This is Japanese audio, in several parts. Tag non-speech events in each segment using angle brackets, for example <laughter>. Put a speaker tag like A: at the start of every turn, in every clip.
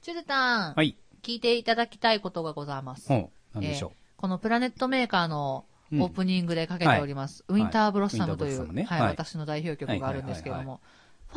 A: チュルタン、
B: はい。
A: 聞いていただきたいことがございます。
B: ほう、なんでしょう。
A: えーこのプラネットメーカーのオ
B: うん
A: ープニングでかけております、
B: い
A: ウィンターブロッサムとい
B: ウィンタ
A: う、
B: ーブロッサムね
A: はい
B: はい
A: 私の代表曲があるんですけれども、
B: は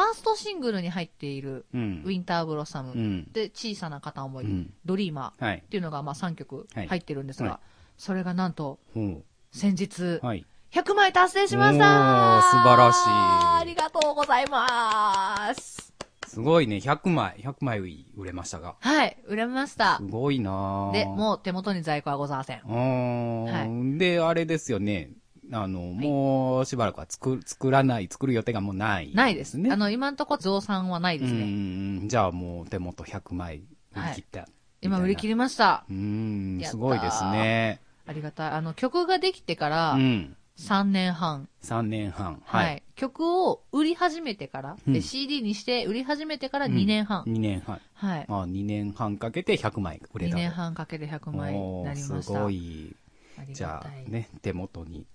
A: ファーストシングルに入っている
B: うん。
A: ウィンターブロッサム、
B: うん。
A: で、小さな片思い、
B: うん
A: ドリーマ
B: はい
A: ーっ。ていうのがまあ3曲
B: はい
A: 入ってるんですが、
B: は
A: それがなんと
B: ほ
A: 先日
B: う。、はい。
A: 100枚達成しました
B: おー素晴らしい
A: ありがとうございます
B: すごいね、100枚、100枚売れましたが。
A: はい、売れました
B: す。ごいなぁ
A: で、もう手元に在庫はございません。
B: う。ーん。で、あれですよね。あの、もうしばらくは作る、作らない、作る予定がもうない。
A: ないですね。
B: ね。
A: あの、今んとこ増産はないです
B: う
A: ね。
B: んうんじゃあもう手元100枚売り切った。
A: 今売り切
B: り。
A: りました。
B: うーん、
A: やったー
B: すごいですね。
A: ありがたい。あの、曲ができてから
B: うん。
A: 3年半。
B: 3年半。
A: はい。
B: はい。
A: 曲を売り始めてから、
B: うん
A: で CD にして売り始めてから2年半。
B: 2年半。
A: はい。
B: まあ2年半かけて100枚売れ
A: 2
B: たと。
A: 年半かけて100枚になりました。
B: おーすごい。
A: ありがたい。
B: じゃあね、手元に。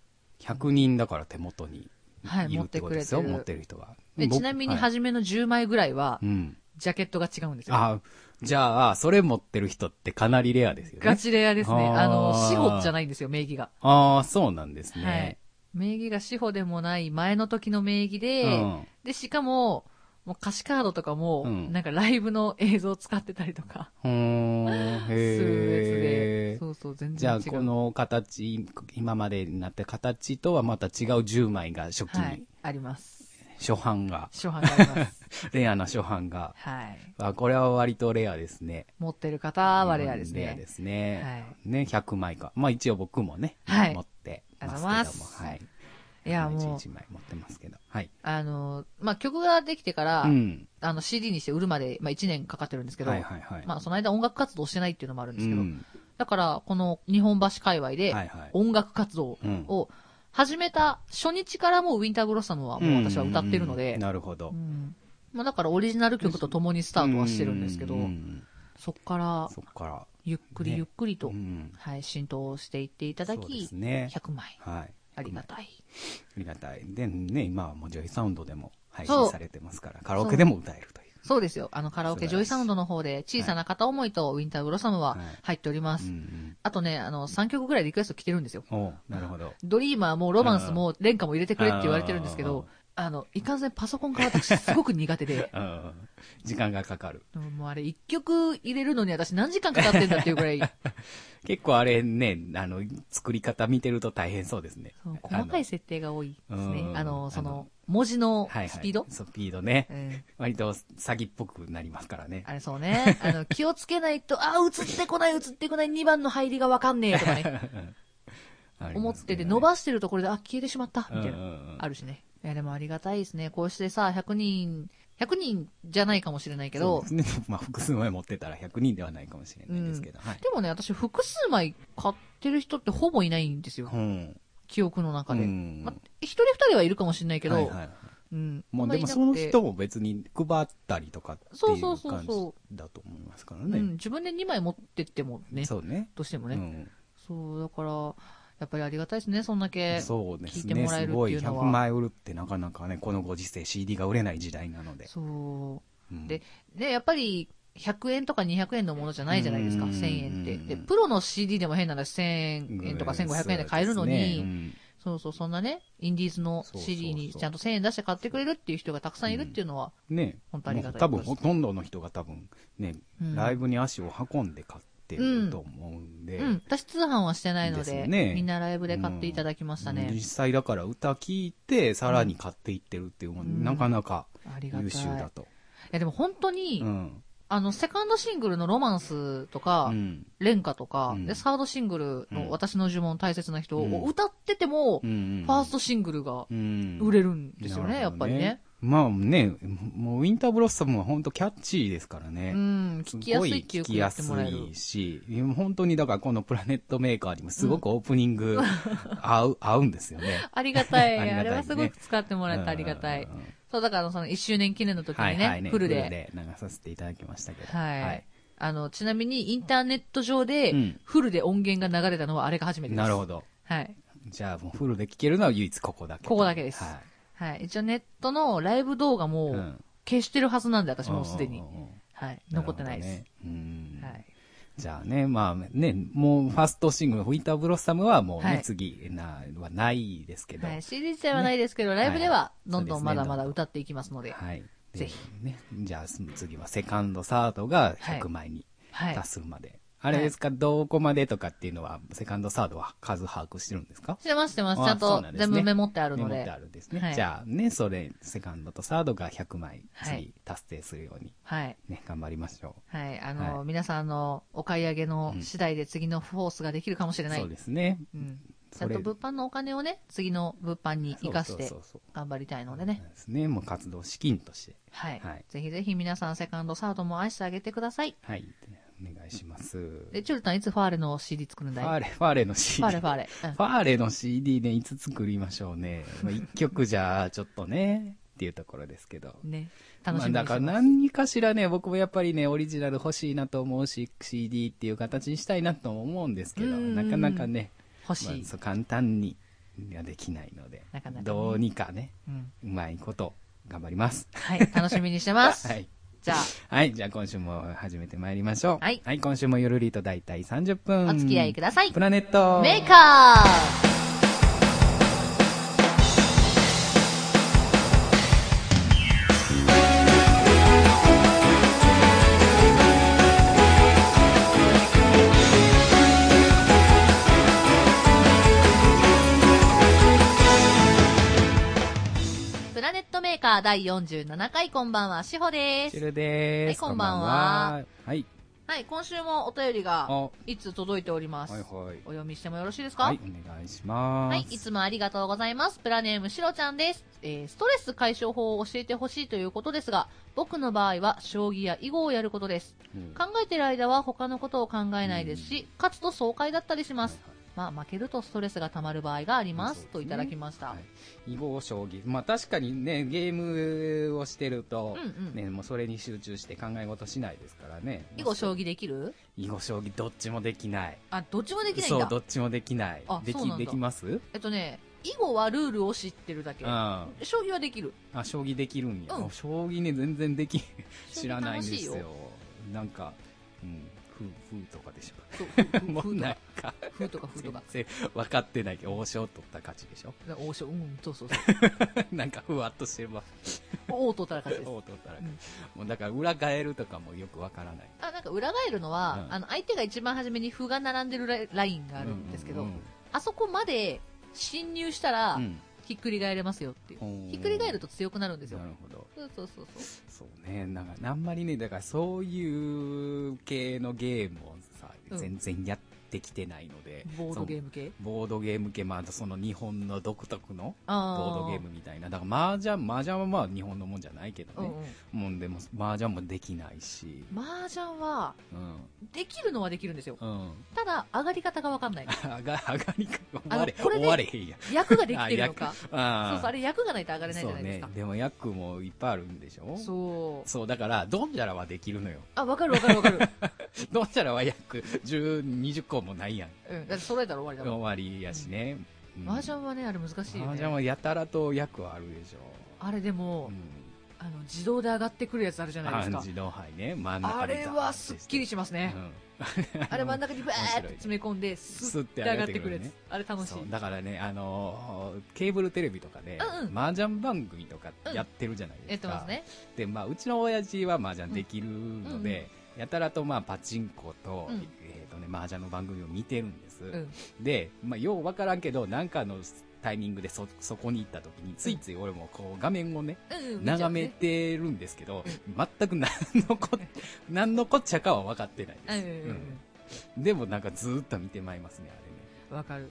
B: 100人だから手元に
A: はい
B: いるってことですよ。持
A: 持
B: っ
A: ってて
B: る人は。
A: で、
B: 僕
A: ちなみに
B: はい
A: 初めの10枚ぐらいは
B: う、ん。
A: ジャケットが違うんですよ。
B: あ、じゃあ、それ持ってる人ってかなりレアですよね
A: ガ。チレアですね。
B: あー
A: あの、死保じゃないんですよ、名義が。
B: ああ、そうなんです
A: は
B: ね
A: い。。名義が死保でもない前の時の名義で、
B: うん
A: で、しかも、もう歌詞カードとかも、
B: うん
A: なんかライブの映像を使ってたりとか、
B: ふーん。
A: するや
B: へ
A: つで、
B: ー
A: そうそう、全
B: じゃ
A: 然違
B: あ、
A: う。
B: この形、今までになった形とはまた違う10枚が初期
A: は
B: に
A: い、、あります。
B: 初版が、
A: 初版があります。
B: レアな初版が。 <laughs>
A: はい。
B: あこれは割とレアですね。
A: 持ってる方はレアですね。
B: レアですね。ね、100枚か。まあ一応僕もね、
A: はい
B: 持って
A: あり
B: ま
A: が
B: す
A: とう
B: けど
A: ご
B: も
A: ざいます
B: はい。
A: いや、もう、
B: 1枚持ってますけど。はい。
A: あの、まあ、曲ができてから、
B: うん。
A: あの、CD にして売るまで、まあ、1年かかってるんですけど、
B: はいはいはい。
A: まあ、その間音楽活動してないっていうのもあるんですけど、
B: うん
A: だから、この日本橋界隈で
B: はいはい、
A: 音楽活動
B: うん
A: を始めた初日からもうウィンターブロッサムはもう私は歌ってるの
B: うんうんう
A: で
B: ん、なるほど
A: う。んまあ、だからオリジナル曲と共にスタートはしてるんですけど、
B: ううん
A: そこから
B: そっから。
A: ゆっくりゆっくりと、
B: うん
A: はい、浸透していっていただ
B: そうで
A: き
B: す、ね。
A: 100枚
B: はい。
A: ありがたい。
B: ありがたい。でね、今はもうジョイサウンドでも配
A: そ
B: 信
A: う
B: されてますから、カラオケでも歌えるという。
A: そうですよ。あのカラオケジョイサウンドの方で小さな片思いとウィンターブロッサムは入っております。
B: うんうん
A: あとね、あの3曲ぐらいリクエスト来てるんですよ。
B: おうなるほど。、
A: ドリーマーもロマンスも廉歌も入れてくれって言われてるんですけど、あの、いかんせんパソコンが私すごく苦手で <laughs>
B: うん時間がかかる。
A: もうあれ一曲入れるのに私何時間かかってんだっていうぐらい、
B: 結構あれね、あの、作り方見てると大変そうですね
A: その。細かい
B: ス
A: 設定が多いです
B: う
A: ね。
B: ん
A: あの、そ
B: あの
A: の、文字のスピード、
B: スピードね。
A: うん。
B: 割と詐欺っぽくなりますからね。
A: あれそう
B: <laughs>
A: ね。あの、気をつけないと、あー、映ってこない、映ってこない、2番の入りがわかんねえと
B: <laughs>
A: かね、思ってて、伸ばしてるところで、あ、消えてしまった、みたいな、あ
B: る
A: るしね。いや、でもありがたいですね。こうしてさ、100人、100人じゃないかもしれないけど、
B: そうですね。 <laughs> まあ、複数枚持ってたら100人ではないかもしれないですけど。はい。
A: でもね、私、複数枚買ってる人ってほぼいないんですよ
B: う。ん。
A: 記憶の中で。
B: うん
A: まあ一人二人はいるかもしれないけど、
B: はいはい
A: うん。
B: もうでも
A: あ
B: そ
A: んま
B: の
A: りいなくて
B: 人も別に配ったりとかって
A: そう
B: い
A: そう
B: う
A: そう
B: 感じ
A: そ
B: だと思いますから
A: うん、
B: ね。
A: 自分で2枚持ってってもね、
B: そうね。
A: どうしても
B: う
A: ね、
B: ん
A: そう、だから、やっぱりありがたいですね、そんだけ。
B: そうです
A: 聞いて
B: ね。
A: もらえ
B: す
A: るっ
B: ご
A: てい
B: いう
A: のは
B: 100枚売るってなかなかね、このご時世 CD が売れない時代なので。
A: そ
B: うん
A: でう。で、やっぱり、100円とか200円のものじゃないじゃないですか、
B: うん
A: 1000円って。で、
B: うん
A: プロの CD でも変な話、1000円とか1500円で買えるのに、
B: そうですね
A: そうそう、そんなね、インディーズの
B: そうそうそう
A: CD にちゃんと1000円出して買ってくれるっていう人がたくさんいるっていうのは、
B: うんね
A: 本当ありがたい
B: 多分
A: こと
B: ほとんどの人が多分ね、
A: うん
B: ライブに足を運んで買ってると思うんで、
A: うん、私通販はしてないの
B: ですよ
A: で、
B: ね
A: みんなライブで買っていただきましたね。
B: 実際だから歌聞いてさらに買っていってるっていうのは、
A: うん
B: なかなか
A: ありがたい。
B: 優秀だ
A: い
B: と、
A: や、でも本当に、
B: うん
A: あの、セカンドシングルのロマンスとか、
B: うん
A: レンカとか、
B: うん
A: で、サードシングル
B: うん
A: の私の呪文大切な人
B: うん
A: を歌ってても、
B: うん、
A: ファーストシングルが売
B: 売
A: れ
B: る
A: るんですよね、やっぱりね。
B: まあねもうウィンターブロッサムは本当キャッチーですからね、
A: うん、聞きやすいっていうか言ってもらえ
B: す
A: る
B: ごい聞。きやすいし、本当にだからこのプラネットメーカーにもすごくオープニング合う、 <laughs> 合うんですよね。
A: ありがたい。
B: <laughs> あ
A: あ
B: りがたいね
A: れはすごく使ってもらえてありがたい
B: うん。うんうん
A: そう、だからその1周年記念の時に
B: はい
A: ね、
B: はいね、
A: フルで。
B: 流させていただきましたけど。
A: はい。あの、ちなみにインターネット上で、
B: うん
A: フルで音源が流れたのはあれが初めてです。
B: なるほど。
A: はい。
B: じゃあもうフルで聴けるのは唯一ここだけ。
A: ここだけです
B: は
A: はい。一応ネットのライブ動画
B: い。う
A: も
B: ん
A: 消してるはずなんで、私もうすでに。
B: うんうんうん
A: はい。残ってないです。
B: るほどねうん
A: はい。
B: じゃあね、まあね、もうファーストシングル、ウィンターブロッサムはもうね、
A: はい
B: 次な、はないですけど。
A: は、
B: はいい。
A: CD 自体はないですけど、ライブではどんどん
B: そうで
A: ますだ
B: ね
A: まだ歌っていきますので、
B: で
A: ぜひ。
B: ね、じゃあす次はセカンド、サードが100枚に
A: はい。
B: 達するまで。あれですか、どこまでとかっていうのは、セカンド、サードは数把握してるんですか
A: してますしてます。
B: あ
A: ちゃん
B: そう
A: と
B: なんです
A: 全
B: ね
A: 部メモってあるの
B: メモ
A: で。
B: ってあるんですね。
A: はい
B: じゃあね、それ、セカンドとサードが100枚、
A: はい
B: 次達成するように、
A: はい。
B: ね、頑張りましょ
A: はい。あの、
B: はい
A: 皆さん、あの、お買い上げの次第で次のフォースができるかもし
B: う。
A: れない。
B: そ
A: う
B: う
A: ん。
B: ですね。
A: ちゃんと物販のお金をね、次の物販に生かして
B: そうそうそうそう
A: 頑張りたいので
B: そ
A: ね
B: う。ですね。もう活動資金として。
A: はい、
B: はい
A: ぜひぜひ皆さん、セカンド、サードも愛してあげてください。
B: はい。お願いします。
A: で、チュルタン、いつファーレの CD 作るん
B: フ
A: だい
B: ァーレ、ファーレの CD。
A: ファーレ、ファーレ。うん
B: ファーレの CD ね、いつ作りましょうね。まあ、1曲じゃ、ちょっとね、っていうところですけど。
A: ね。楽しみにして
B: ま
A: ま
B: あ、だ
A: す。
B: から何かしらね、僕もやっぱりね、オリジナル欲しいなと思うし、CD っていう形にしたいなとも思うんですけど、
A: うん
B: なかなかね、
A: 欲しい。
B: まあそう簡単にはできないので、
A: なかなかね
B: どうにかね、
A: うん。
B: うまいこと、頑張ります。
A: はい。楽しみにしてます。
B: <laughs> はい。
A: じゃあ、
B: はい、じゃあ今週も始めてまいりましょう。
A: はい
B: 今週も夜リーと大体30分。
A: お付き合いください
B: プ。ラネット。
A: メーカープラネットメーカー第47回こんばんは、しほで
B: チ
A: す。
B: ルです。
A: はいこんばんは
B: はい。
A: はい、今週もお便り
B: あ
A: が一通届いております。
B: はい
A: お
B: はい。
A: 読みしてもよろしいですか
B: はい、お願いします。
A: はい、いつもありがとうございます。プラネームしろちゃんです。えーストレス解消法を教えてほしいということですが、僕の場合は将棋や囲碁をやることです。
B: うん
A: 考えてる間は他のことを考えないですし、勝つと爽快だったりします。
B: はいはい
A: まあ、負けるとストレスが溜まる場合があります。
B: そうですね
A: といただきました。
B: はい囲碁将棋。まあ確かにね、ゲームをしてると、
A: うんうん
B: ね、もうそれに集中して考え事しないですからね。
A: 囲碁将棋できる
B: 囲碁将棋どっちもできない。
A: あ、どっちもできないん
B: そう、
A: だ
B: ど。っちもできない
A: あ。
B: で
A: そうなん
B: き、
A: だ
B: できます
A: えっとね、囲碁はルールを知ってるだけ
B: うん。。あ、
A: 将棋はできる。
B: 将棋できるんや。
A: うん
B: あ将棋ね、全然でき、
A: 将棋
B: 知らないんですよ
A: 楽しい。
B: なんか、うん、ふう、ふうとかでしょ。
A: そう
B: <laughs> もう
A: ふ
B: なんか、
A: ふとかふとか。
B: 全然分かってないけど、王将取った勝ちでしょ <laughs>
A: 王将、うん、そうそうそう。
B: なんかふわっとしてます。
A: 王取ったら勝ちです。
B: 王取ったら、
A: うん
B: もうだから裏返るとかもよくわからない。
A: あなんか裏返るのは、
B: うん
A: あの相手が一番初めに歩が並んでるララインがあるんですけど、
B: うん
A: あそこまで侵入したら、
B: うん
A: ひっくり返れますよっていう、
B: うん
A: ひっくり返ると強くなるんですよ
B: な、るほど。
A: そうそうそうそ
B: そうね。なんか、あんまりね、だからそういう系のゲームをさ、
A: うん
B: 全然やってきてないので。
A: う、ボードゲーム系、
B: そのボードゲーム系、まあ、その日本の独特のボ
A: あ
B: ードゲームみたいな。だから、麻雀、麻雀はまあ日本のもんじゃないけど
A: う
B: ね。
A: んうん、
B: もんでも、麻雀もできないし。
A: 麻雀は
B: うん。
A: できるのはできるんですよ、
B: うん。
A: ただ、上がり方が分かんない、
B: 上が、 <laughs> 上がりか、終われ、
A: あのこれで
B: 終われへんや。
A: 役ができてるのか、
B: あ
A: そうそう、あ
B: れ
A: れ、役がないと上がれないじゃないですか
B: そうね。、でも役もいっぱいあるんでしょ
A: そう
B: そう、だから、ドンジャラはできるのよ。 <laughs>
A: あ、分かる分かる分かる。
B: ドンジャラは約10、20個もないやん。
A: うん。だって揃えたら終わりだもん。
B: 終わりやしね。うん
A: 麻雀はね、あれ難しいよ
B: 麻
A: ね
B: 雀。はやたらと役はあるでしょ。
A: あれでも、
B: うん。
A: あの自動で上がってくるやつあるじゃないです
B: 漢
A: か
B: 字の牌ね、真ん中
A: あれはす
B: す
A: っきりしますね、あれ真ん中にバーって詰め込んでス
B: 吸
A: ッ
B: ってて
A: 上が
B: 上が
A: っ
B: ってて
A: く
B: く
A: る
B: る
A: や
B: や
A: つ、
B: つ
A: あれ楽しい
B: そう、だからね、あのー、ケーブルテレビとかで
A: うんう、ん
B: 麻雀番組とかやってるじゃない
A: やっ
B: です
A: て
B: か。
A: ますね
B: で、まあ、うちの親父は麻雀できるので、やたらとまあパチンコと、
A: うん
B: えーとね、麻雀の番組を見てるんです。
A: うん
B: で、まあ、ようわからんけど、なんかのタイミングでそ、そこに行った時に、ついつい俺もこう画面をね、
A: うんうん
B: 眺め
A: 見ち
B: てるんですけど、全く何のこ、何のこっちゃかは分かってない
A: ゃう
B: です。
A: ねうんうんうん
B: うんでもなんかずーっと見てまいりますね、あ
A: うんわかる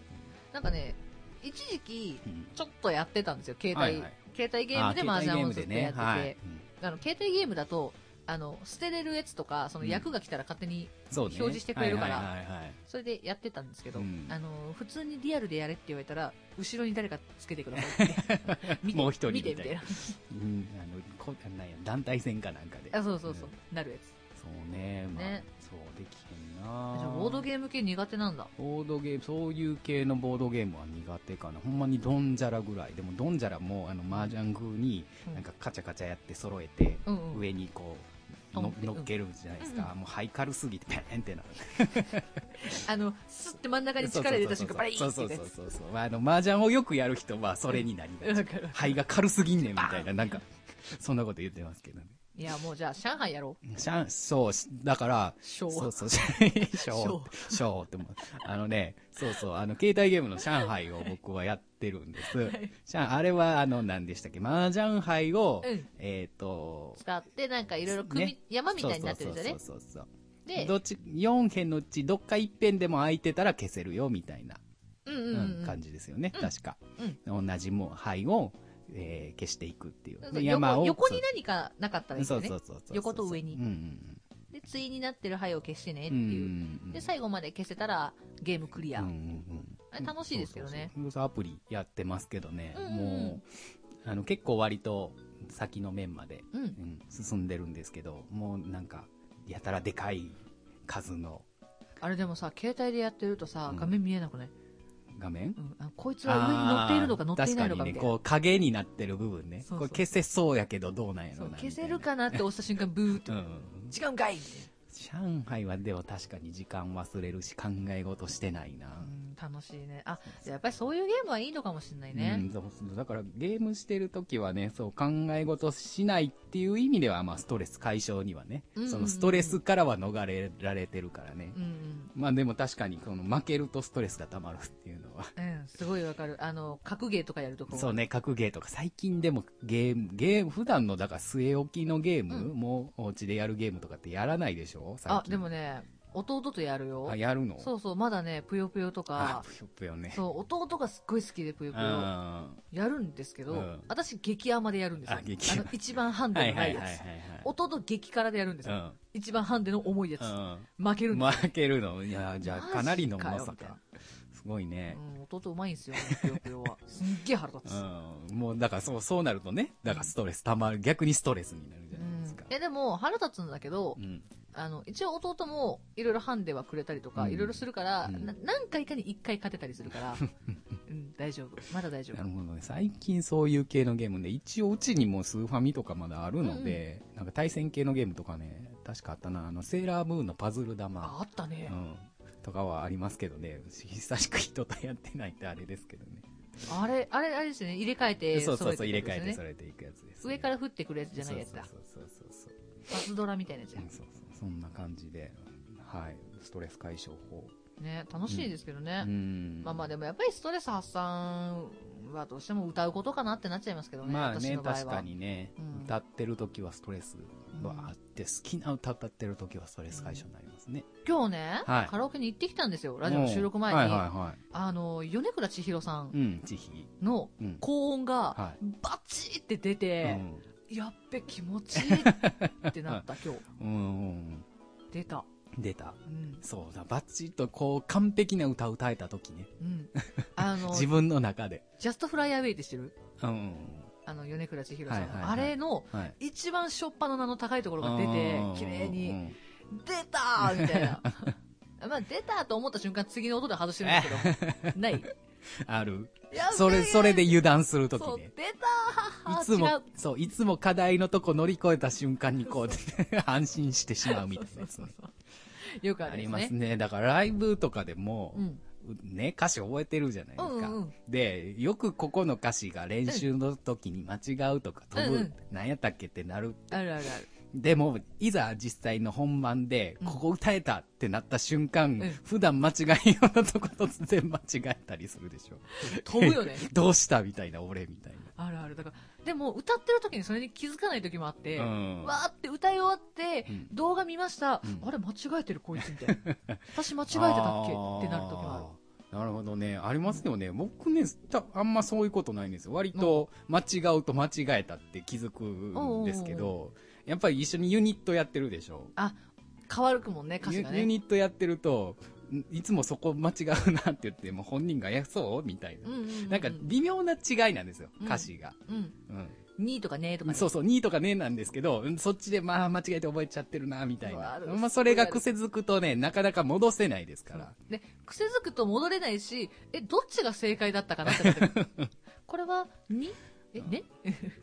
A: なんかね一時期
B: れね。
A: ちょっとやってたんですよ携帯、
B: はいはい
A: 携帯ゲームで麻雀をずっとやってて、
B: あ携帯ゲームでねはいうん
A: あの携帯ゲームだとあの捨てれるやつとかその役が来たら勝手に
B: そうね。
A: 表示してくれるから
B: はいはいはいはい
A: それでやってたんですけど、
B: うん
A: あの普通にリアルでやれって言われたら後ろに誰かつけてくださいって見て
B: <laughs> もう一人
A: 見て
B: み
A: み
B: た
A: たい
B: い
A: な
B: な。うん、あの、こなんや、団体戦かなんかで。
A: あそうそうそう、
B: ん
A: なるやつ
B: そうね、まあ、
A: ね
B: そうできへんな
A: じゃあボード
B: ー
A: ゲーム系苦手なんだ
B: ムボードゲーム、そういう系のボードゲームは苦手かな。ほんまにドンジャラぐらい。でもドンジャラも、あの、麻雀風に
A: う、ん
B: なんかカチャカチャやって揃えて、
A: うんうん
B: 上にこう、
A: と思
B: の
A: って
B: 乗っけるじゃないですか、もうハイカルすぎてペーンってなる
A: あの、スッて真ん中に <laughs> 力入れた瞬間、バリ
B: そ
A: ー
B: うそ
A: ンっ
B: う
A: て
B: そう
A: や
B: そう
A: つ。
B: そうそう、まあ、あの麻雀をよくやる人はそれになりが
A: わ
B: ち
A: かる
B: 肺が軽すぎんねんみたいななんかそんなこと言ってますけどね
A: いや、もうじゃあ、上海やろう。
B: シャン、そう、しだから、
A: 昭
B: そ
A: 和
B: うそう、シャンショー、ショーってもう、あのね、そうそう、あの、携帯ゲームの上海を僕はやってるんです。シャン、あれは、あの、何でしたっけ、麻雀杯を、
A: うん
B: えっ、と、
A: 使って、なんかいろいろ組、
B: ね
A: 山みたいになってるんじゃね
B: そうそうそうそうそう
A: で、
B: どっち、4辺のうち、どっか1辺でも空いてたら消せるよ、みたいな、
A: うんう
B: うん
A: うん
B: ん、感じですよね、確か。同じも牌を、えー消していくっていう。
A: 横横に何かなかったらいいんだ
B: そ
A: よ
B: う
A: ね
B: そうそうそうそう。
A: 横と上に
B: うんうん
A: で対になってる灰を消してねっ
B: う
A: て
B: ん。うん
A: いう、
B: うんうん
A: で最後まで消せたらゲームクリア、
B: うんうんうん
A: あれ楽しいですけどね
B: そうそうそうアプリやってますけどね、
A: うんうん
B: もうあの結構割と先の面まで、
A: うん
B: うん進んでるんですけどもうなんかやたらでかい数の
A: あれでもさ携帯でやってるとさ
B: うん
A: 画面見えなくない、
B: 画
A: う
B: 面
A: んあこいつは上に乗っているのか乗っていないのかみ
B: あー確かに
A: たい
B: ね
A: な
B: こう影になってる部分ね
A: そうそう
B: これ消せそうやけどどうなんや
A: そ
B: ろ
A: う
B: な
A: 消せる
B: み
A: かなって押した瞬間ブーって、
B: たいなうん
A: 違うんかいみたい
B: 上海はでは確かに時間忘れるし考え事してないな
A: な、うん、楽しいねあやっぱりそういうゲームはいいのかもしれない
B: うん
A: ね、
B: そうそうだからゲームしてる時はねそう考え事しないっていう意味では、まあ、ストレス解消にはね、
A: うんうんうん
B: そのストレスからは逃れられてるからね、
A: うん、
B: まあでも確かにこの負けるとストレスがたまるっていうのは
A: うんうんすごいわかるあの格ゲーとかやるとこ
B: そうね格ゲーとか最近でもゲームゲーム普段のだから据え置きのゲーム、
A: う
B: もうお家でやるゲームとかってやらないでしょ最近
A: あでもね弟とやるよ
B: あやるの
A: そうそうまだねぷよぷよとか
B: あぷよぷよね
A: そう弟がすっごい好きでぷよぷよ
B: あ
A: やるんですけど、
B: うん
A: 私激甘でやるんですよ。
B: あ激甘
A: の一番ハン
B: ーは
A: デ
B: い
A: の
B: は
A: ないい
B: はいはい
A: やつ。弟激辛でやるんです
B: う
A: よ。
B: ん
A: 一番ハンデの重いやつ。
B: うん
A: 負けるんですよ。
B: 負けるのいやじゃあかなりの
A: マジか
B: ま
A: よ
B: さ
A: みたいな
B: かすごいね
A: うん、弟うまいんですよ、ぷよぷよ
B: <laughs>
A: は。すっげえ腹立
B: う
A: つ。うん
B: ん、もうだからそうそうなるとねだからストレスたまる逆にストレスになるじゃないですか
A: い、やでも腹立つんだけど、
B: うん
A: あの一応弟もいろいろハンデはくれたりとか
B: うん
A: いろいろするから、
B: うん
A: な何回かに1回勝てたりする
B: <laughs>
A: から、うん、大丈夫まだ大丈
B: な
A: 夫
B: るほどね最近そういう系のゲームで一応うちにもスーファミとかまだあるので、なんか対戦系のゲームとかね確かあったなあのセーラームーンのパズル
A: あ
B: 玉、
A: あったね
B: う、ん、とかはありますけどね久しく人とやってないってあれですけどね、
A: あれあれあれですね入れ替えて
B: そうそう
A: 揃
B: そう
A: え
B: 入
A: て
B: れ
A: いくやつ
B: 替え
A: で
B: て
A: す
B: そ
A: ね
B: れていくやつです、
A: 上から降ってくるやつじゃないやつだ
B: そうそうそうそうそう
A: パズドラみたいなやつや
B: うんそうそうそんな感じで、はい、ストレス解消法。
A: ね楽しいですけどね、
B: ん
A: まあまあでもやっぱりストレス発散はどうしても歌うことかなってなっちゃいますけどね、
B: まあ
A: 私
B: ね、
A: の場合は
B: 確かにね、
A: うん
B: 歌ってる時はストレスはあって、好きな歌歌ってる時はストレス解消になりますね。
A: 今日ね、
B: はい
A: カラオケに行ってきたんですよラジオの収録前に、
B: はいはいは
A: あの米倉千尋さ
B: い。
A: ん
B: うん、慈悲。
A: の
B: うん
A: 高音が
B: は
A: バチって出て、
B: うん
A: やっべ気持ちいいってなった
B: <laughs>
A: 今日
B: うんうん
A: 出た
B: うん、出た。
A: うん
B: そうだ、バッチッとこう完璧な歌歌えた時ね。
A: うんあの
B: <laughs> 自分の中で。
A: ジャストフライアウェイって知ってる
B: うんうん
A: あの米倉千尋さんの、
B: はいはいはい
A: あれの
B: うん。はい。
A: 一番しょっぱな名の高いところが出て
B: うん
A: 綺麗に、
B: うん
A: 出たーみたい
B: <laughs>
A: な。まあ、出たと思った瞬間、次の音で外してるんですけ
B: <laughs>
A: ど。ない。
B: ある。
A: やべえ
B: それ、それで油断する時
A: そう、
B: ね
A: 出。た
B: い
A: ー
B: つ
A: 違
B: も
A: う。、
B: そう、いつも課題のとこ乗り越えた瞬間にこう、 <laughs> 安心してしまうみたいなやつね。
A: <laughs> よくあ
B: あり
A: りま
B: ま
A: すすね。
B: ね。だからライブとかでも
A: う、ん。
B: ね、歌詞覚えてるじゃないですか。
A: うんうんうん
B: で、よくここの歌詞が練習の時に間違うとか飛ぶ、
A: うんうん
B: なんやったっけってなる。
A: あるあるある。
B: でも、いざ実際の本番で、ここ歌えたってなった瞬間、
A: ん
B: 普段間違いようなとこ突然間違えたりするでしょ。
A: 飛ぶよね。 <laughs>
B: どうしたみたいな、俺みたいな。
A: あるある。だから、でも、歌ってる時にそれに気づかない時もあって、
B: うん
A: わーって歌い終わって、
B: うん
A: 動画見ました、
B: うん
A: あれ、間違えてる、こいつみたい
B: <laughs>
A: な。私、間違えてたっけってなる時もある。
B: あーなるほどね。ありますよね。僕ね、たあんまそういうことないんですよ。割と間違うと間違えたって気づくんですけ
A: おう
B: ど、やっぱり一緒にユニットやってるでしょ。
A: あ、変わるくもんね、歌詞
B: ユ
A: が
B: ユ
A: ね。
B: ニットやってると、んいつもそこ間違うなって言って、もう本人が、いや、そうみたいな。
A: うんうんうんうん
B: なんか微妙な違いなんですよ、
A: うん
B: 歌詞が。
A: うん。
B: うん
A: 2とかねとかね。
B: そうそう、2とかねなんですけど、うんそっちでまあ間違えて覚えちゃってるな、みたいう
A: わ
B: な
A: あ。る
B: まあそれが癖づくとね、なかなか戻せないですから。
A: で、癖
B: <laughs>
A: づくと戻れないし、え、どっちが正解だったかなってなってくるこれは 2? え、ね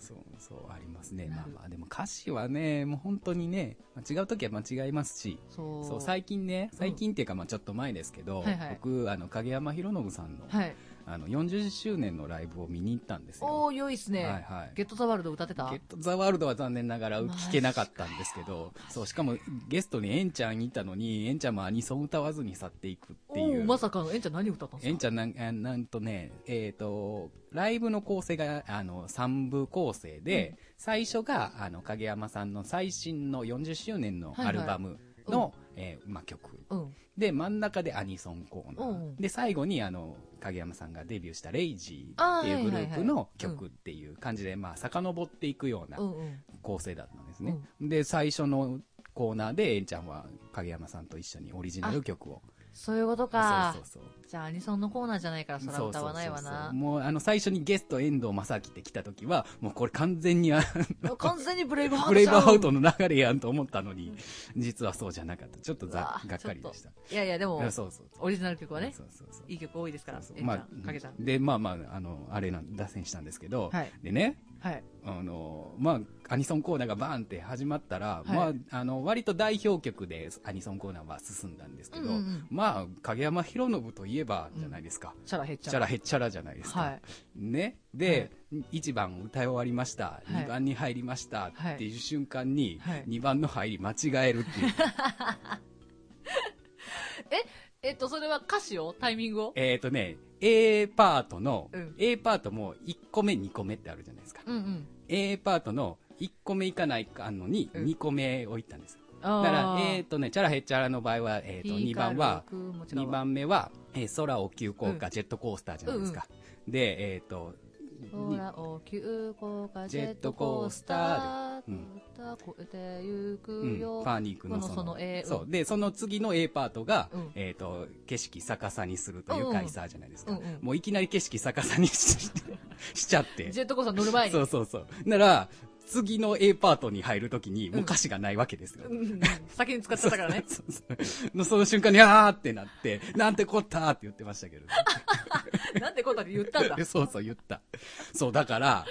B: そう、そう、ありますね。まあまあ、でも歌詞はね、もう本当にね、まあ違う時は間違いますし、
A: そう。
B: そう、最近ね、最近っていうか、まあちょっと前ですけど、
A: はいはい
B: 僕、あの、影山博信さんの、
A: はい。
B: あの、40周年のライブを見に行ったんです
A: おー、
B: よ。
A: 良いっす
B: はい
A: ね。
B: はい。
A: ゲットザワールド歌ってた
B: ゲット・ザ・ワールドは残念ながら
A: マジかよ
B: 聞けなかったんですけど、そう、しかもゲストにエンちゃんいたのに、エンちゃんもアニソン歌わずに去っていくって
A: お
B: い
A: ー、
B: う。
A: まさかの、えんちゃん何歌ったん
B: エ
A: で
B: ン
A: すか
B: ちゃんなんあなんとね、えっ、と、ライブの構成が、あの、3部構成で、最初が、あの、影山さんの最新の40周年の
A: はいは
B: ア
A: い
B: ルバムの、えーまあ、曲。
A: うん。
B: で、真ん中でアニソンコーナー。
A: うんうん
B: で、最後に、あの、影山さんがデビューしたレイジー
A: あー
B: っていうグループ
A: はいはいはい
B: の曲っていう感じで、まあ、遡っていくような
A: うんうん。
B: 構成だったんですね。で、最初のコーナーで、エンちゃんは影山さんと一緒にオリジナル曲を。
A: そういうことか。
B: そうそうそう。
A: じゃあ、アニソンのコーナーじゃないから、そら歌わないわ
B: そうそうそうそ
A: な
B: う。もうあの最初にゲスト遠藤正明って来た時は、もうこれ完全にあ
A: 完全にブレイブ
B: <laughs>
A: ハート
B: ブレイ
A: ち
B: ブ
A: ゃう
B: アウトの流れやんと思ったのに、実はそうじゃなかった。ちょっと
A: うわ
B: ざ
A: ー
B: がっかりでした。
A: いやいや、でも、
B: そうそうそう。
A: オリジナル曲はね、
B: そうそうそう。
A: いい曲多いですから、
B: そ
A: え
B: うん
A: ち
B: そう
A: ゃん、
B: まあ
A: かけちゃん。
B: で、まあまあ、あの、あれなん、脱線したんですけど、
A: はい
B: でね、
A: はい。
B: あの、まあ、アニソンコーナーがバーンって始まったら、
A: い
B: まあ、あの、割と代表曲でアニソンコーナーは進んだんですけど、
A: うんうんうん
B: まあ、影山博信といえば、じゃないですか。
A: チャラへっち
B: チ
A: ゃ
B: ャ
A: ら。
B: ラヘッチャラじゃないですか。
A: はい
B: ね。で、1番歌い終わりました、
A: はい
B: 2番に入りました
A: はい
B: っていう瞬間に、
A: はい
B: 2番の入り間違えるっていう。
A: えっと、それは歌詞をタイミングを
B: <laughs> えっとね、A パートの、
A: うん
B: A パートも1個目2個目ってあるじゃないですか。
A: うんうん。
B: A パートの1個目いかないかのに
A: うん
B: 2個目をいったんです。
A: あ
B: だ
A: ー
B: から、えっ、とね、チャラヘッチャラの場合は、えっ、と、2番は、
A: ピーカルクも違うわ
B: 2番目は、えー空を急降下、ジェットコースターじゃないですか。で、えっ、と、
A: 空を急降下
B: ジ
A: ジ
B: ェ
A: ェ
B: ッ
A: ッ
B: ト
A: ト
B: コ
A: コ
B: ー
A: ー
B: ス
A: ス
B: タ
A: タ
B: ー
A: ー
B: うん
A: 越えてゆく
B: う
A: よ、
B: ん、パニックのその
A: この絵うん
B: そうでその次の A パートが、
A: うん
B: えっと景色逆さにするという回さじゃないですか、
A: うんうん
B: もういきなり景色逆さにし <laughs> しちゃって
A: ジェットコースター乗る前に
B: そうそうそうなら次の A パートに入るときにもう歌詞がないわけですよ、
A: うんうんうん先に使っちゃったからね
B: <laughs> そうそうその瞬間に、あーってなって、なんてこったーって言ってましたけど。
A: なんでこんなに言ったんだ
B: <laughs> そうそう、言った。そう、だから、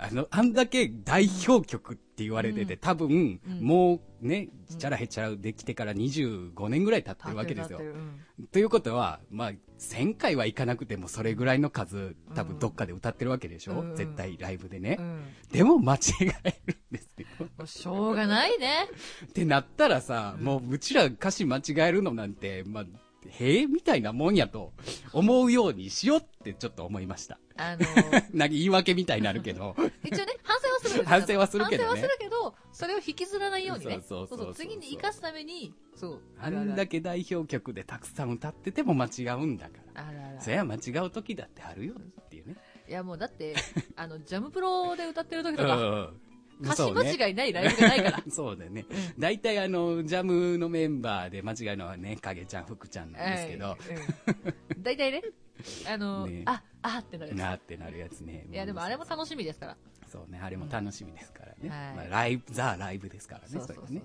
B: あの、あんだけ代表曲って言われてて、
A: うん
B: 多分、
A: うん
B: もうね、チャラヘチャラできてから25年ぐらい経ってるわけですよ
A: 立って。る立ってる
B: ということは、まあ、1000回はいかなくてもそれぐらいの数、多分どっかで歌ってるわけでしょ、
A: うん
B: 絶対ライブでね。
A: うんうん
B: でも間違えるんですよ。
A: もうしょうがないね
B: ってなったらさ、もううちら歌詞間違えるのなんて、まあ、へえみたいなもんやと思うようにしようってちょっと思いました。
A: あの
B: なんか言い訳みたいになるけど。
A: 一応ね反省はするんです
B: 反省はするけどね
A: 反省はするけどそれを引きずらないようにね
B: そうそうそうそう
A: 次に生かすためにそう
B: あんだけ代表曲でたくさん歌ってても間違うんだから。
A: あるある
B: そりゃ間違う時だってあるよっていうね。
A: いやもうだってあのジャムプロで歌ってる時と
B: う
A: か
B: んうん
A: 歌詞
B: そうね
A: 間違いないライブじゃないから
B: そうだよね。大体あの、ジャムのメンバーで間違いのはね、影ちゃん、福ちゃん <laughs> なんですけど、
A: うん大体ね、あの、
B: ね
A: あ、あってなる。
B: なーってなるやつね。
A: いや、でもあれも楽しみですから。
B: そうね、あれも楽しみですからね。
A: はい
B: まあ、ライブ、ザ・ライブですからね、
A: そうそうそう
B: れ
A: そう、
B: はね。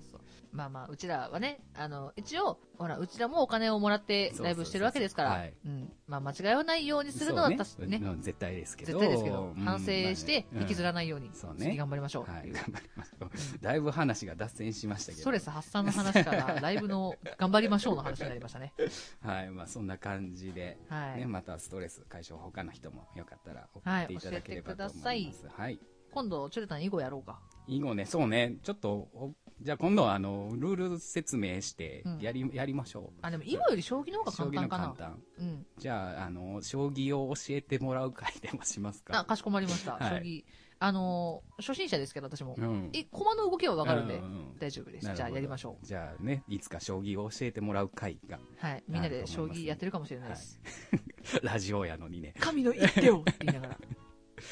A: まあまあ、うちらはね、あの、一応、ほら、うちらもお金をもらってライブしてるわけですから、
B: そうそうそう
A: うん。まあ、間違いはないようにするのは確か
B: そう
A: にね、
B: うん絶対ですけ
A: 絶
B: ど。
A: 対ですけど、
B: うん
A: 反省して、
B: まあね
A: 引きずら
B: うん
A: ないように、
B: そうね
A: 次頑張りましょう。
B: はい、頑張りましょう。 <laughs> だいぶ話が脱線しましたけど。
A: ストレス発散の話
B: <laughs>
A: から、ライブの頑張りましょうの話になりましたね。
B: はい、まあそんな感じで、
A: はい
B: ね、またストレス解消、他の人もよかったら送
A: は
B: っ
A: い
B: ていただければと思います。はい。
A: 今度、チュルタン囲碁やろうか。
B: 以後ね、そうね、ちょっと、おじゃあ今度はあの、ルール説明して
A: うん、
B: やり、やりましょう。
A: あ、でも囲碁より将棋の方が
B: 将
A: 簡
B: 棋
A: 単
B: の
A: か
B: 簡
A: な。
B: 単。
A: うん。
B: じゃあ、あの、将棋を教えてもらう会でもします
A: あ、
B: か。
A: かしこまりました。
B: はい
A: 将棋。あのー初心者ですけど、私も。
B: ん
A: え、駒の動きはわかるんで
B: うんうんうん、
A: 大丈夫です
B: な。るほど
A: じゃあやりましょ
B: じゃあね、いつか将棋を教えてもらう会が、 <laughs>
A: う。はい。みんなで将棋やってるかもしれないです。
B: ラジオやのにね。
A: 神の一手
B: <laughs>
A: をって言いながら。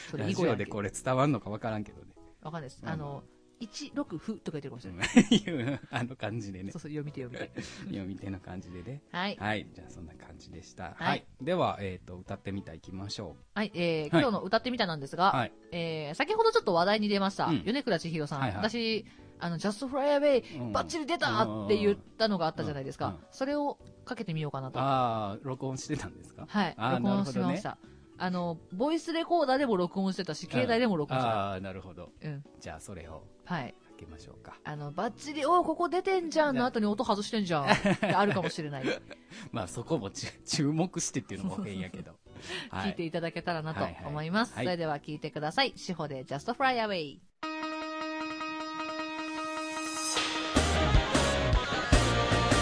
A: それ
B: ラ
A: 囲
B: ジ
A: 碁や
B: オ
A: んけ
B: でこれ伝わんのかわからんけどね。 <laughs>
A: わかんないです。
B: うん
A: あの、1、6、歩とか言ってるかもしれない。
B: いうあの感じでね
A: そう、そう、読みて読みて。
B: 読み手の感じでね。
A: はい。
B: はい、じゃあそんな感じでした。
A: い
B: はい。では、えっと、歌ってみたいきましょう。
A: はい。えー、
B: はい
A: 今日の歌ってみたなんです
B: は
A: が、
B: い。
A: えー、先ほどちょっと話題に出ました
B: うん、
A: 米倉千尋さ
B: はいはい
A: ん。私、あの、ジャストフライアウェ
B: うん
A: イ、バッチリ出たって言ったのがあったじゃないです
B: うん
A: か
B: うん。
A: それをかけてみようかなと。
B: ああ、録音してたんですか
A: はい。
B: あー
A: 録音しました。ああの、ボイスレコーダーでも録音してたし、携帯でも録音してた。
B: ああ、なるほど。
A: うん。
B: じゃあ、それを
A: はい。
B: かけましょうか。
A: あの、バッチリ、おうここ出てんじゃんの後に音外してんじゃん。ってあるかもしれ
B: <laughs>
A: ない。
B: まあ、そこもち <laughs> 注目してっていうのも変
A: <laughs>
B: やけど。は
A: 聞いて
B: い。
A: いただけたらなと
B: はいはい
A: 思います。
B: はい
A: それでは聞いてください。志保で Just Fly Away。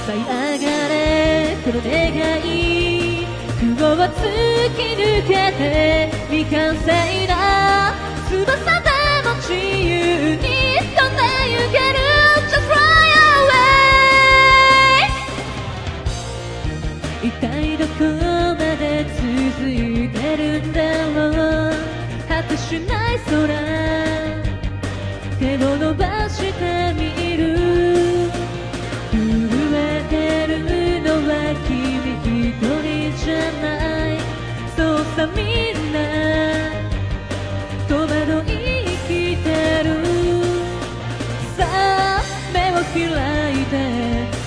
C: 舞い上がれこの願い雲を突き抜けて未完成な翼でも自由に飛んで行ける Just fly away 一体どこまで続いてるんだろう果てしない空手を伸ばしてみる震えてるのは君一人じゃないそうさみんな戸惑い生きてるさあ目を開いて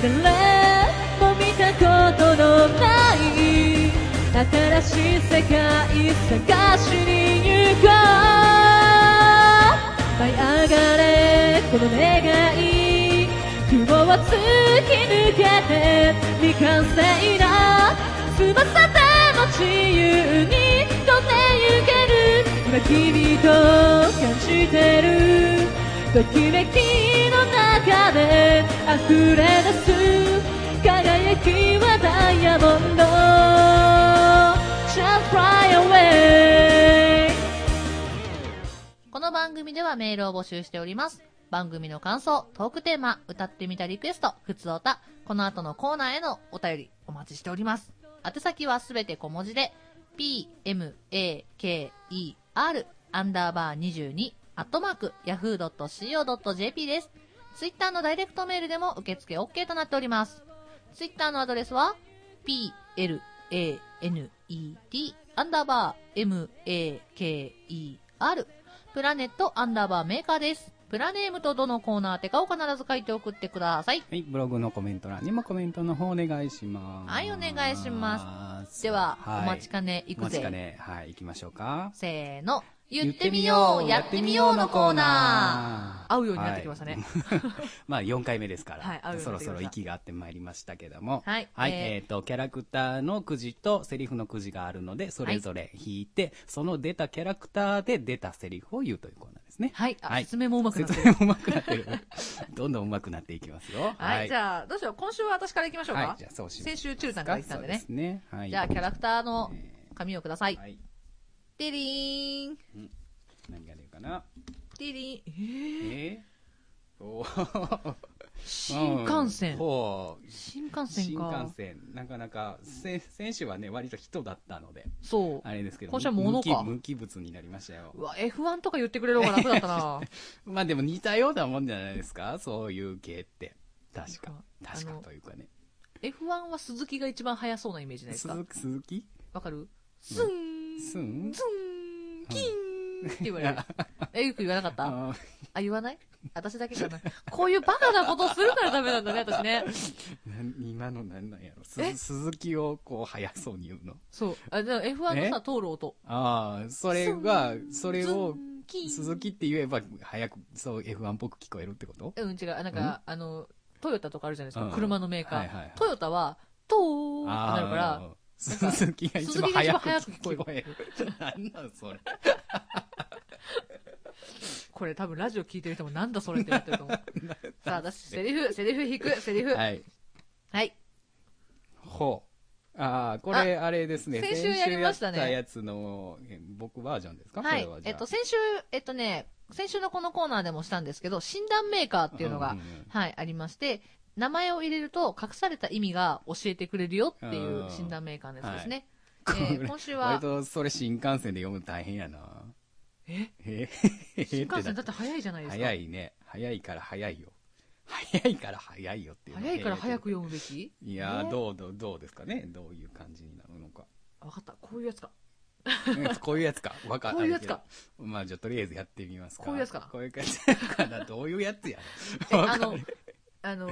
C: 誰も見たことのない新しい世界探しに行こう舞い上がれこの願い雲を突き抜けて未完成な翼でも自由に飛んで行ける今君と感じてるときめきの中で溢れ出す輝きはダイヤモンド Just fly away
A: この番組ではメールを募集しております。番組の感想、トークテーマ、歌ってみたリクエスト、ふつおた、この後のコーナーへのお便りお待ちしております。宛先はすべて小文字で、p, m, a, k, e, r, アンダーバー22、アットマーク、yahoo.co.jp です。ツイッターのダイレクトメールでも受付 OK となっております。ツイッターのアドレスは、p, l, a, n, e, t, アンダーバー、m, a, k, e, r、プラネットアンダーバーメーカーです。プラネームとどのコーナーってかを必ず書いて送ってください。
B: はい、ブログのコメント欄にもコメントの方お願いします。
A: はいお願いしまでは、お待ちかね
B: い
A: 行く
B: お待ちか
A: ぜ。
B: ね、はい、行きましょうか。
A: せーの。言ってみよう、やってみようのコーナー。合うようになってきましたね。
B: <laughs> まあ4回目ですから、
A: はい合うように
B: そ
A: なっ
B: ろ
A: てき
B: そ
A: ました
B: ろ息が合ってまいりましたけども、
A: はいえー
B: えっ、と、キャラクターのくじとセリフのくじがあるので、それぞれ引いて、その出たキャラクターで出たセリフを言うというコーナーですね。
A: はい。あ、
B: はい
A: 説明もうまくなっ
B: 説
A: てる。
B: 明もうまくなってる。 <laughs> どんどんうまくなっていきますよ。
A: はい。じゃあ、どうしよう。今週は私から行きましょう
B: は
A: か
B: い、じ。ゃあそうしま
A: 先
B: す
A: 週、チュルさんか
B: か。
A: ら来たんで
B: そう
A: ね
B: です。ね。はい。
A: じゃあ、キャラクターの
B: え
A: 紙をください
B: ー。はい。
A: テリーン。
B: 何が出るかな。
A: テリーン。
B: えー、おー
A: 新幹線。
B: ほう
A: 新幹線
B: 新
A: か
B: 幹。線、なかなか、せ選手はね、割と人だったので、
A: そう。
B: あれですけど、
A: 今週は物か
B: 無機無機物になりましたよ
A: う。わ、F1 とか言ってくれる方が楽だったな。
B: まあでも似たようなもんじゃないですか、そういう系って。 <laughs> 確か。
A: なんか
B: 確
A: あ
B: か
A: の
B: というかね。
A: F1 は鈴木が一番速そうなイメージないですか
B: 鈴木鈴木
A: わかるスン
B: ス
A: ズ
B: ン
A: ンキンって言われる。え、よく言わなかった
B: <laughs> あ
A: あ、言わない私だけじゃない。こういうバカなことするからダメなんだね、私ね。
B: ーなん今のなんなんやろ。す
A: え
B: 鈴木をこう速そうに言うの。
A: そう。あ、でも F1 のさ、
B: え
A: 通る音。
B: ああ、それが、それを
A: ズン、キン
B: 鈴木って言えば早く、そう F1 っぽく聞こえるってこと
A: うん、違う。なんか、あの、トヨタとかあるじゃないです
B: うん
A: か。車のメーカ
B: はいはいはい
A: ー。トヨタは、トーってなるから、
B: あー、鈴木が一番
A: 鈴木が
B: 早
A: 一番
B: く
A: 早く
B: 聞
A: 聞
B: こ
A: こ
B: える。なんなんそれ。
A: これ多分ラジオ聞いてる人もなんだそれってなってると思う。
B: <laughs>
A: さあ、私、セリフ、セリフ引く、セリフ。
B: はい。
A: はい。
B: ほう。ああ、これ、あれですね。
A: 先週やりましたね
B: 先週やったやつの、え僕バージョンですか
A: はい
B: これは。じ
A: え
B: ゃ
A: っ
B: あ
A: と、先週、えっとね、先週のこのコーナーでもしたんですけど、診断メーカーっていうのが、
B: んんん
A: はい、ありまして、名前を入れると隠された意味が教えてくれるよっていう
B: あー
A: 診断メーカーのやつですね。
B: これ
A: えー今週
B: 割
A: は、
B: と、それ新幹線で読むの大変やな。
A: え
B: え
A: <laughs> 新幹線
B: って
A: だ
B: な
A: って早いじゃないですか。
B: 早。いね。早いから早いよ。早いから早いよっていうの。
A: 早いから早く
B: え
A: 読むべき
B: ー。いやー、
A: ね
B: どう、どう、どうですかね。どういう感じになるのか。
A: あわかった。こういう
B: <laughs>
A: やつか。
B: うん <laughs> こういうやつか。わか
A: こういうやつか
B: あるけどまあ、じゃあとりあえずやってみますか。
A: こういうやつかな
B: こういう感じかな。どういうやつや。
A: え、
B: わか
A: あ
B: んな
A: の
B: い、
A: あの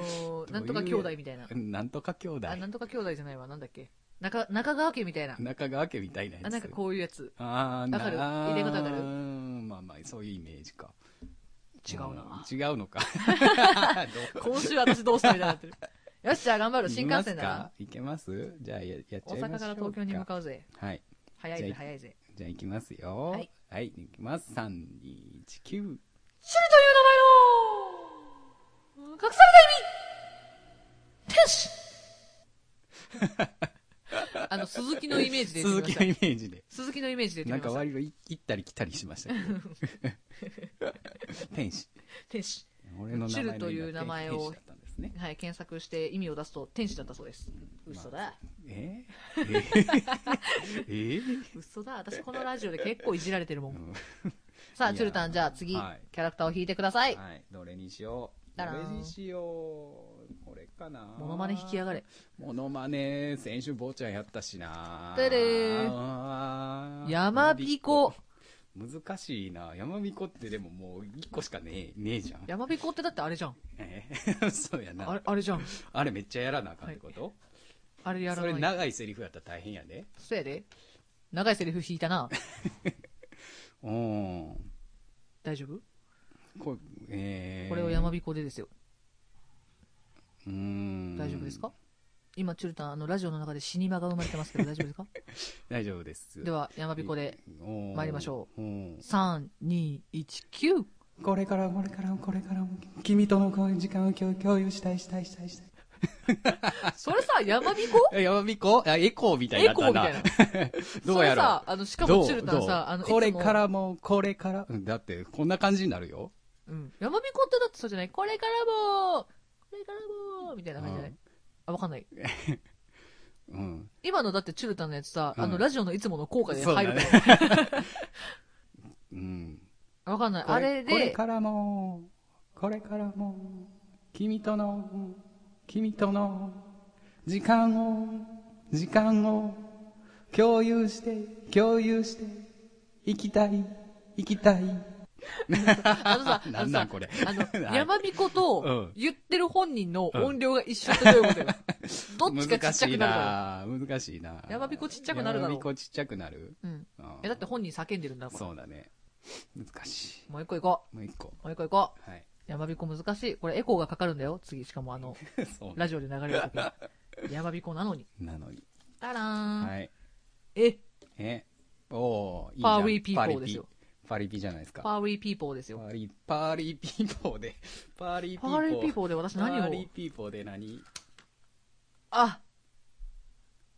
A: ー、なんとか兄弟みたいな。
B: なんとか兄弟
A: あ、。なんとか兄弟じゃないわ。なんだっけ。中、中川家みたいな。
B: 中川家みたいなやつ。
A: あなんかこういうやつ。
B: あーな
A: わかる
B: あー
A: 入れ方わかる
B: まあまあ、そういうイメージか。
A: 違うな。
B: ん違う
A: <laughs>
B: のか。
A: 今週私どうしたみたいになってる。よっしゃ、頑張る。新幹線だな。
B: 行けますじゃあや、やっちゃ
A: 大
B: いましょう
A: 阪から東京に向
B: う。
A: かうぜ。
B: はい。
A: 早い
B: じゃ
A: ぜ、
B: あ
A: 早いぜ。
B: じゃあ行きますよ。
A: は
B: はいい。はい、行きます。3、2、
A: シ
B: 1、9。
A: ルという名前の、隠された意味天使 <laughs> あの、鈴木のイメージで言って
B: 続
A: みまし
B: きの
A: た。
B: イメージで。
A: 鈴木のイメージで言
B: な
A: っ
B: ん
A: て
B: か
A: みまし
B: 割とい行ったり来たりしましたけど。 <laughs> 天使。
A: た。天使。
B: 俺の名前
A: チ
B: の意味は
A: ルという名前を
B: 天使だったんですね。
A: はい、検索して意味を出すと天使だったそうです。嘘だ。
B: え <laughs> ー、えー、えー
A: 嘘だ。私このラジオで結構いじられてるも。
B: うんん
A: さ
B: い
A: あ、
B: や
A: チュルタン、じゃあ次、
B: はい
A: キャラクターを引いてください。
B: はい、どれにしよう。
A: だ
B: ど
A: らん
B: れにしよう。これかな。
A: モノマネ引き上がれ。。
B: モノマネ、先週坊ちゃんやったしな。
A: てれー
B: あー
A: やまびこ。。
B: 難しいな。やまびこってでももう一個しかねえ、ねえじゃん。
A: やまびこってだってあれじゃん。
B: えー <laughs> そうやな。
A: あ
B: あ
A: れ
B: れ、
A: あれじゃん。
B: めっちゃやらなあかんってこと、
A: あれやら
B: そ
A: ない。
B: れ長いセリフやったら大変やで。
A: そうやで。長いセリフ引いた
B: <laughs>
A: な。
B: うん。
A: 大丈夫
B: こえー、
A: これをやまびこでですよ。
B: うーん。
A: 大丈夫ですか今、チュルタン、あの、ラジオの中で死に間が生まれてますけど、
B: <laughs>
A: 大丈夫ですか
B: 大丈夫です。
A: では、やまびこで、
B: おー、
A: 参りましょ
B: う。ん。
A: 3、2、1、9!
B: <laughs> これからこれからこれからも君とのこういう時間を共共有したいしたいしたいしたい
A: それさ、やまびこ
B: え。やまびこあエコーみたいになったな。
A: エコー
B: <laughs> どうや
A: それさ
B: ろ、
A: あの、し
B: う。
A: か
B: ど
A: も
B: う
A: チュルタン
B: どう
A: さ、あの、
B: これ
A: いつも
B: からも、これから、うんだって、こんな感じになるよ。
A: うん。やまびこってだってそうじゃないこれからもこれからもみたいな感じじゃない、
B: うん
A: あ、わかんない。
B: うん。
A: 今のだってチュルタンのやつさ、
B: うん
A: あの、ラジオのいつもの効果で入るから。
B: そうだねうん。
A: わかんない。
B: こ
A: あれ
B: これ
A: で、
B: からも、これからも、君との、君との、時間を、時間を、共有して、共有して、行きたい、行きたい。
A: あのさ、
B: <laughs> なんなんこれ
A: あのさ、あの
B: <laughs> はい
A: やまびこ
B: う
A: と
B: ん
A: 言ってる本人の音量が一緒ってどういうことよ。どっちがちっちゃくなるか
B: 難しいな難しいな
A: やまびこちっちゃくなるだろ
B: やまびこちっちゃくなる
A: ら。うん。
B: うん
A: え、だって本人叫んでるんだから。
B: そうだね。難し
A: もう一個行こ
B: い。もう一個。
A: う。もう一個行こう。
B: はい。
A: やまびこ難しい。これエコーがかかるんだよ。次、しかもあ
B: <laughs>
A: の、
B: そう
A: ラジオで流れる時に。やまびこなのに。
B: なのに。
A: たらーん。
B: はい。
A: え、
B: え、おー、いいじゃん
A: パーウィーピーポーですよ。
B: パリピパリピじゃないですか。
A: パーウィーピーポーですよ。
B: パリ、パリピーポーで、 <laughs> パリピーポ
A: パ
B: ー。
A: ーウィーピーポーで私何
B: パ
A: を
B: リピーポーで何
A: あ、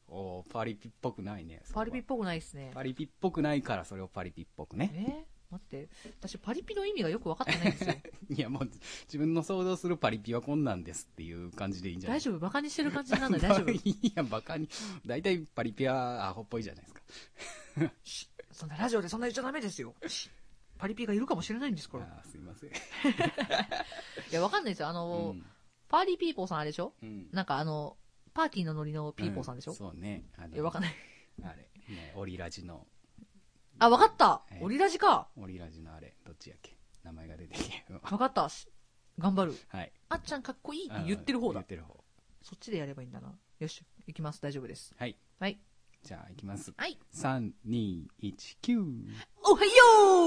B: おー、パリピっぽくないね。それ
A: パ
B: は
A: リピっぽくないですね。
B: パリピっぽくないから、それをパリピっぽく
A: え
B: ね。
A: ー待って。私、パリピの意味がよく分かってないんですよ。
B: いや、もう、自分の想像するパリピはこんなんですっていう感 <laughs> じでいいんじゃない
A: 大丈夫バカにしてる感じなんだ大丈夫
B: い <laughs> や、バカに。大体パリピはアホっぽいじゃないですか。
A: シッそんなラジオでそんな言っちゃダメですよ。シッパリピがいるかもしれないんですから。
B: あーすいません。
A: いや、わかんないですよ。あの、
B: うん
A: パーリーピーポーさんあれでしょ
B: うん
A: なんかあの、パーティーのノリのピーポーさんでしょ、
B: うそうね。あの
A: いや、わかんない。
B: あれ、ね、オリラジの、
A: あ、わかった
B: ええ
A: オリラジか
B: オリラジのあれ、どっちやっけ名前が出てきて。 <laughs>
A: わかったし頑張る。
B: はい。
A: あっちゃんかっこいいって言ってる方
B: 言
A: だ
B: っ。てる方。
A: そっちでやればいいんだな。よし、行きます。大丈夫です。
B: はい。
A: はい。
B: じゃあ、いきます。
A: はい。
B: 3、2、1、9。
A: おは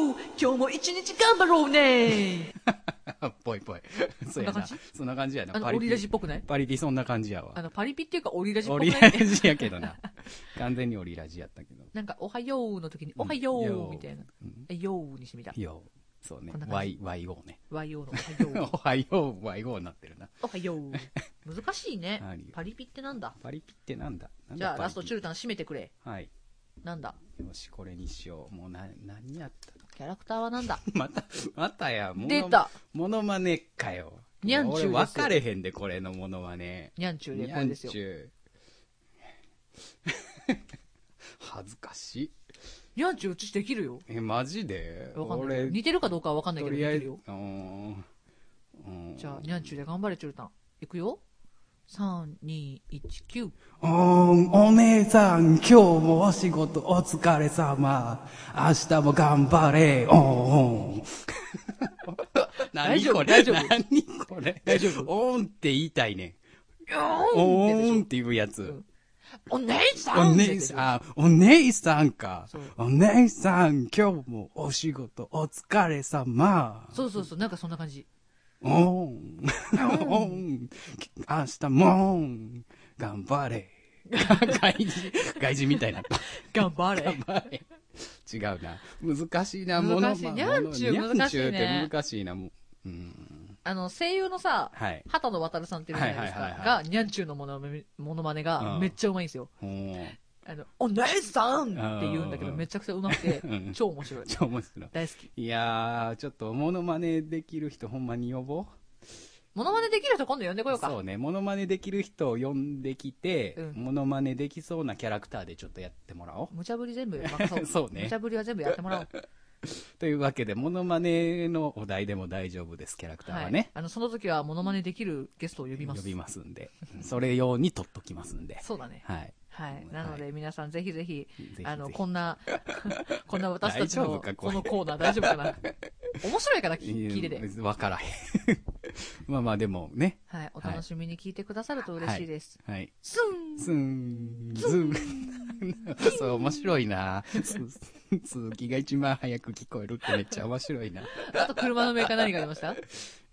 A: よう今日も一日頑張ろうね
B: <laughs> ぽいぽい。 <laughs> そうや
A: こんな
B: な
A: 感。
B: そんな感じやな。
A: あの、オリラジっぽくない
B: パリピそんな感じや
A: あ
B: わ。
A: の、パリピっていうかオリラジっぽ
B: オ
A: く
B: リ
A: な
B: ラ
A: い
B: ジやけどな。 <laughs> 完全にオリラジやったけど。
A: なんか、おはようの時に、 <laughs> お
B: うん
A: はよ
B: よ
A: う
B: う
A: みたいな。
B: うん
A: えようにしてみた。
B: よう。そうね
A: こんな。感
B: Y、
A: じ
B: YO ね。 <laughs>
A: 和洋のおはよう。
B: おはよう、YO になってるな。
A: おはよう。難しいね
B: あるよ。
A: パリピってなんだ
B: パリピってなんだなんだ
A: じゃあ、
B: パリピ
A: ラスト、チュルタン締めてくれ。
B: はい。
A: なんだ
B: よし、これにしよう。もうな、何やった <laughs>
A: キャラクターはなんだ
B: また、またや、もの
A: 出た。
B: モノマネかよ。
A: にゃんちゅうです
B: 俺分かれへんで、これのモノマネ。
A: にゃんちゅうで
B: に
A: こ
B: ゃ
A: れ
B: ん
A: ですよ
B: ち。ゅ
D: <laughs>
B: う。恥ずかしい。
A: にゃんちゅううちできるよ。
B: え、マジで
A: わかんない。似てるかどうかはわかんないけど、似てるよ。
B: うーん。うーん
A: じゃあ、にゃんちゅうで頑張れ、チュルタン。いくよ。3、2、1、9。
D: うーん、お姉さん、今日もお仕事お疲れ様。明日も頑張れ。おーん。 <laughs>
A: 大
B: 何
A: 丈夫
B: これ
A: 大丈夫
B: 何これ大丈夫オーンって言いたいねん。オーンっていうやつ。
A: んお姉さん
B: お姉さん、お姉さんか
A: そう。
B: お姉さん、今日もお仕事お疲れ様。
A: そうそうそう、なんかそんな感じ。<laughs>
B: おん。おん。明日もん。頑
A: <laughs>
B: 張れ。外人、外人みたいになった。
A: 頑張れ。
B: 頑張れ。違うな。難しいな、もの。
A: 難しいにゃんちゅう
B: ものにゃんちゅ
A: 難し
B: う
A: いね
B: って難しいな、もう。うん。
A: あの、声優のさ、
B: はい
A: 畑野渡さんっていうじゃないですか、
B: はいはいはいは
A: が、にゃんちゅうのものまねモノマネが
B: うん
A: めっちゃうまいんですよ。
B: おー
A: あの、お姉さんって言うんだけど、
B: うん
A: めちゃくちゃうまくて
B: <laughs> う、ん
A: 超面白い。
B: 超面白い。
A: 大好き。
B: いやー、ちょっと、モノマネできる人、ほんまに呼ぼう。
A: モノマネできる人今度呼んでこようか。
B: そうね、モノマネできる人を呼んできて、
A: うん
B: モノマネできそうなキャラクターでちょっとやってもらおう。
A: 無茶ぶり全部任そう。
B: <laughs> そうね
A: 無茶ぶりは全部やっても
B: <laughs>
A: らおう。
B: というわけで、モノマネのお題でも大丈夫です、キャラクターは
A: はい
B: ね。
A: あの、その時はモノマネできるゲストを呼びます。
B: 呼びますんで。それ用に取っときますんで。
A: そうだね。
B: はい。
A: はい。
B: うん
A: なので、皆さんぜひぜひ、
B: ぜひぜひ
A: あの、こんな、 <laughs> こんな私たちの
B: 大丈夫かこ
A: こ
B: れ
A: のコーナー大丈夫かな。面白いから聞
B: いや
A: 聞いてて。
B: わからへん。 <laughs> まあまあ、でもね。
A: はい。お楽しみに聞いてくださると嬉しいです。
B: はい。
A: スン
B: スン、ズン。そう、面白いな。す続きが一番早く聞こえるってめっちゃ面白いな。
A: あと車のメーカー何がありました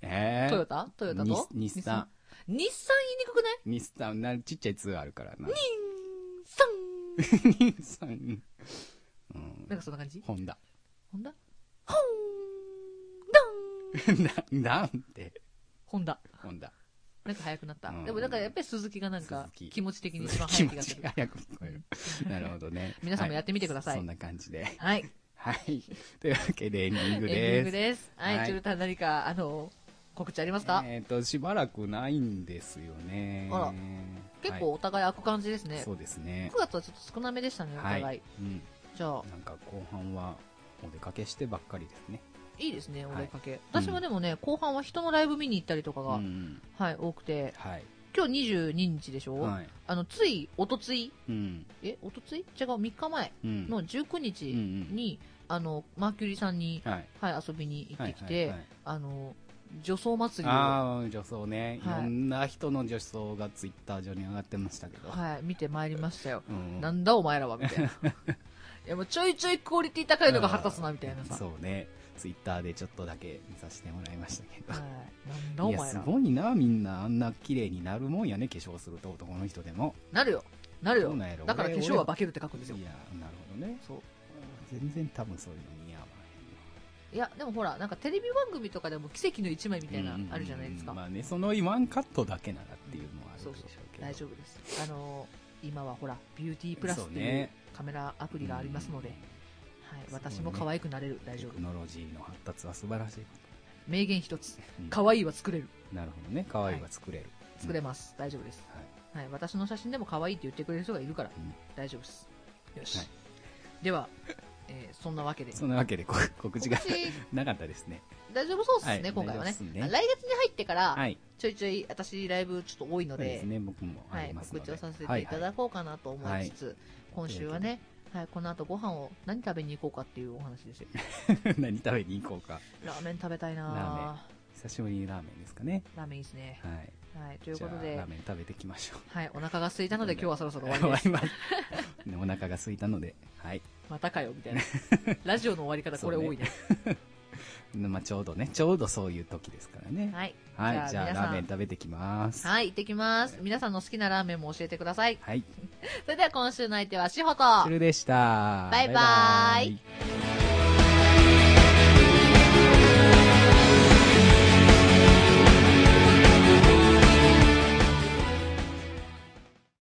B: えー、
A: トヨタトヨタと
B: 日日産。
A: 日産日産言いにくくない
B: 日産、なちっちゃい2あるからな。
A: サン
B: 日産、うん、
A: なんかそんな感じ
B: ホンダ。 <laughs>
A: ホンダホンダン
B: な、なんて、
A: ホンダ。
B: ホンダ。
A: なんか早くなった。
B: うん
A: でもなんかやっぱり鈴木がなんか
B: 鈴木
A: 気持ち的に一番
B: 気
A: 早い
B: 持
A: 気がす
B: ち
A: る
B: が。早く聞こえる。なるほどね。
A: <laughs> 皆さんもやってみてください
B: はそんな感じで。
A: はい。
B: はい。 <laughs> というわけでエンディングです。
A: エンディングです。はい、
B: はい
A: チュルタン何か、あの、告知ありますか、
B: えっ、と、しばらくないんですよね。
A: あら結構
B: は
A: お互い開く感じです
B: い、
A: ね。
B: そうですね
A: 9。月はちょっと少なめでしたね、お互い。
B: はい。うん。
A: じゃあ、
B: なんか後半はお出かけしてばっかりですね。
A: いいですね、お
B: はい
A: 出かけ。私もでもね、後半は人のライブ見に行ったりとかが、
B: うん。
A: はい、多くて、
B: はい。
A: 今日22日でしょ、
B: はい。
A: あの、つい、おとつい、
B: うん。
A: え、おとつい違う、3日前
B: うん。
A: の19日
B: うんうん
A: に、あの、マーキュリーさんに、
B: はい。
A: はい、遊びに行ってきて、
B: はいはいはい
A: あの、女装祭りを、は
B: ああ、女装ね、
A: はい
B: い。ろんな人の女装がツイッター上に上がってましたけど。
A: い、見てまいりましたよ。
B: うん
A: なんだお前らはみたいな。いやもうちょいちょいクオリティ高いのが腹立つなみたいなさ。はい
B: そうね。ツイッターでちょっとだけ見させてもらいましたけど。
A: なんだお
B: いや、
A: 前
B: す
A: ら。
B: ごいな、みんな。あんな綺麗になるもんやね、化粧すると男の人でも。
A: なるよ。なる
B: そ
A: よ
B: うなんや。ろ
A: だから化
B: 俺
A: 粧は化けるって書くん
B: い
A: です
B: や
A: よ。、
B: なるほどね。
A: そう。
B: 全然多分そういうの似合わ
A: いや、でもほら、なんかテレビ番組とかでも奇跡の一枚み
B: へ
A: たい
B: んわ
A: な、あるじゃないですか。
B: うんまあね、そのワンカットだけならっていうのはある
A: そう
B: で
A: そ
B: し
A: う
B: ょうけ。ど。
A: 大丈夫です。あのー、今はほら、ビューティープラスっ
B: そう
A: ていう
B: ね
A: カメラアプリがありますので、
B: うん
A: はい、私も可愛くなれる。大丈
B: テ
A: 夫
B: ク。ノロジーの発達は素晴らしいこ
A: 名言一つ。
B: と。うん
A: 可愛いは作れる。
B: なるほどね。可愛いは作れる。
A: 作れます。大丈夫です。
B: はい。
A: はい、私の写真でも可愛いって言ってくれる人がいるから、
B: うん
A: 大丈夫です。よし。
B: はい
A: では、 <laughs> えーそんなわけで。
B: そんなわけでこ告知が <laughs>
A: 告知
B: なかったですね。
A: 大丈夫そうですね、
B: はい
A: 今回はね
B: 大丈夫っすね
A: あ来月に入ってから、
B: はい。
A: ちょいちょい私ライブちょっと多いの
B: そうで
A: で、
B: すね、僕もあ
A: は
B: り
A: い、
B: ますの
A: 告知を
B: で。
A: させていただこうかなと思いつつ、今週はね、はい、この後ご飯を何食べに行こうかっていうお話ですよ。
B: <laughs> はいはい何食べに行こうか。
A: ラーメン食べたいな
B: 久しぶりにラーメンですかね。
A: ぁラーメンいいですね。
B: はい。
A: はい、と
B: と
A: いうことで
B: ラー、メン食べてきましょう。
A: はい、お腹が空いたので今日はそろそろ終
B: 終
A: わ
B: わ <laughs>
A: りです。
B: ります。 <laughs> ねお腹が空いたので、はい。
A: またかよ、みたいな。
B: <laughs>
A: ラジオの終わり方これ多いね。
B: まあちょうどね、ちょうどそういう時ですからね。
A: はい。
B: はい。
A: じ
B: じ
A: ゃあ
B: ゃあ
A: 皆さん
B: ラーメン食べてきます。
A: はい、行ってきます。皆さんの好きなラーメンも教えてください。
B: はい。
A: それでは今週の相手はしほと。
B: シュルでした。
A: バイバイ
B: イ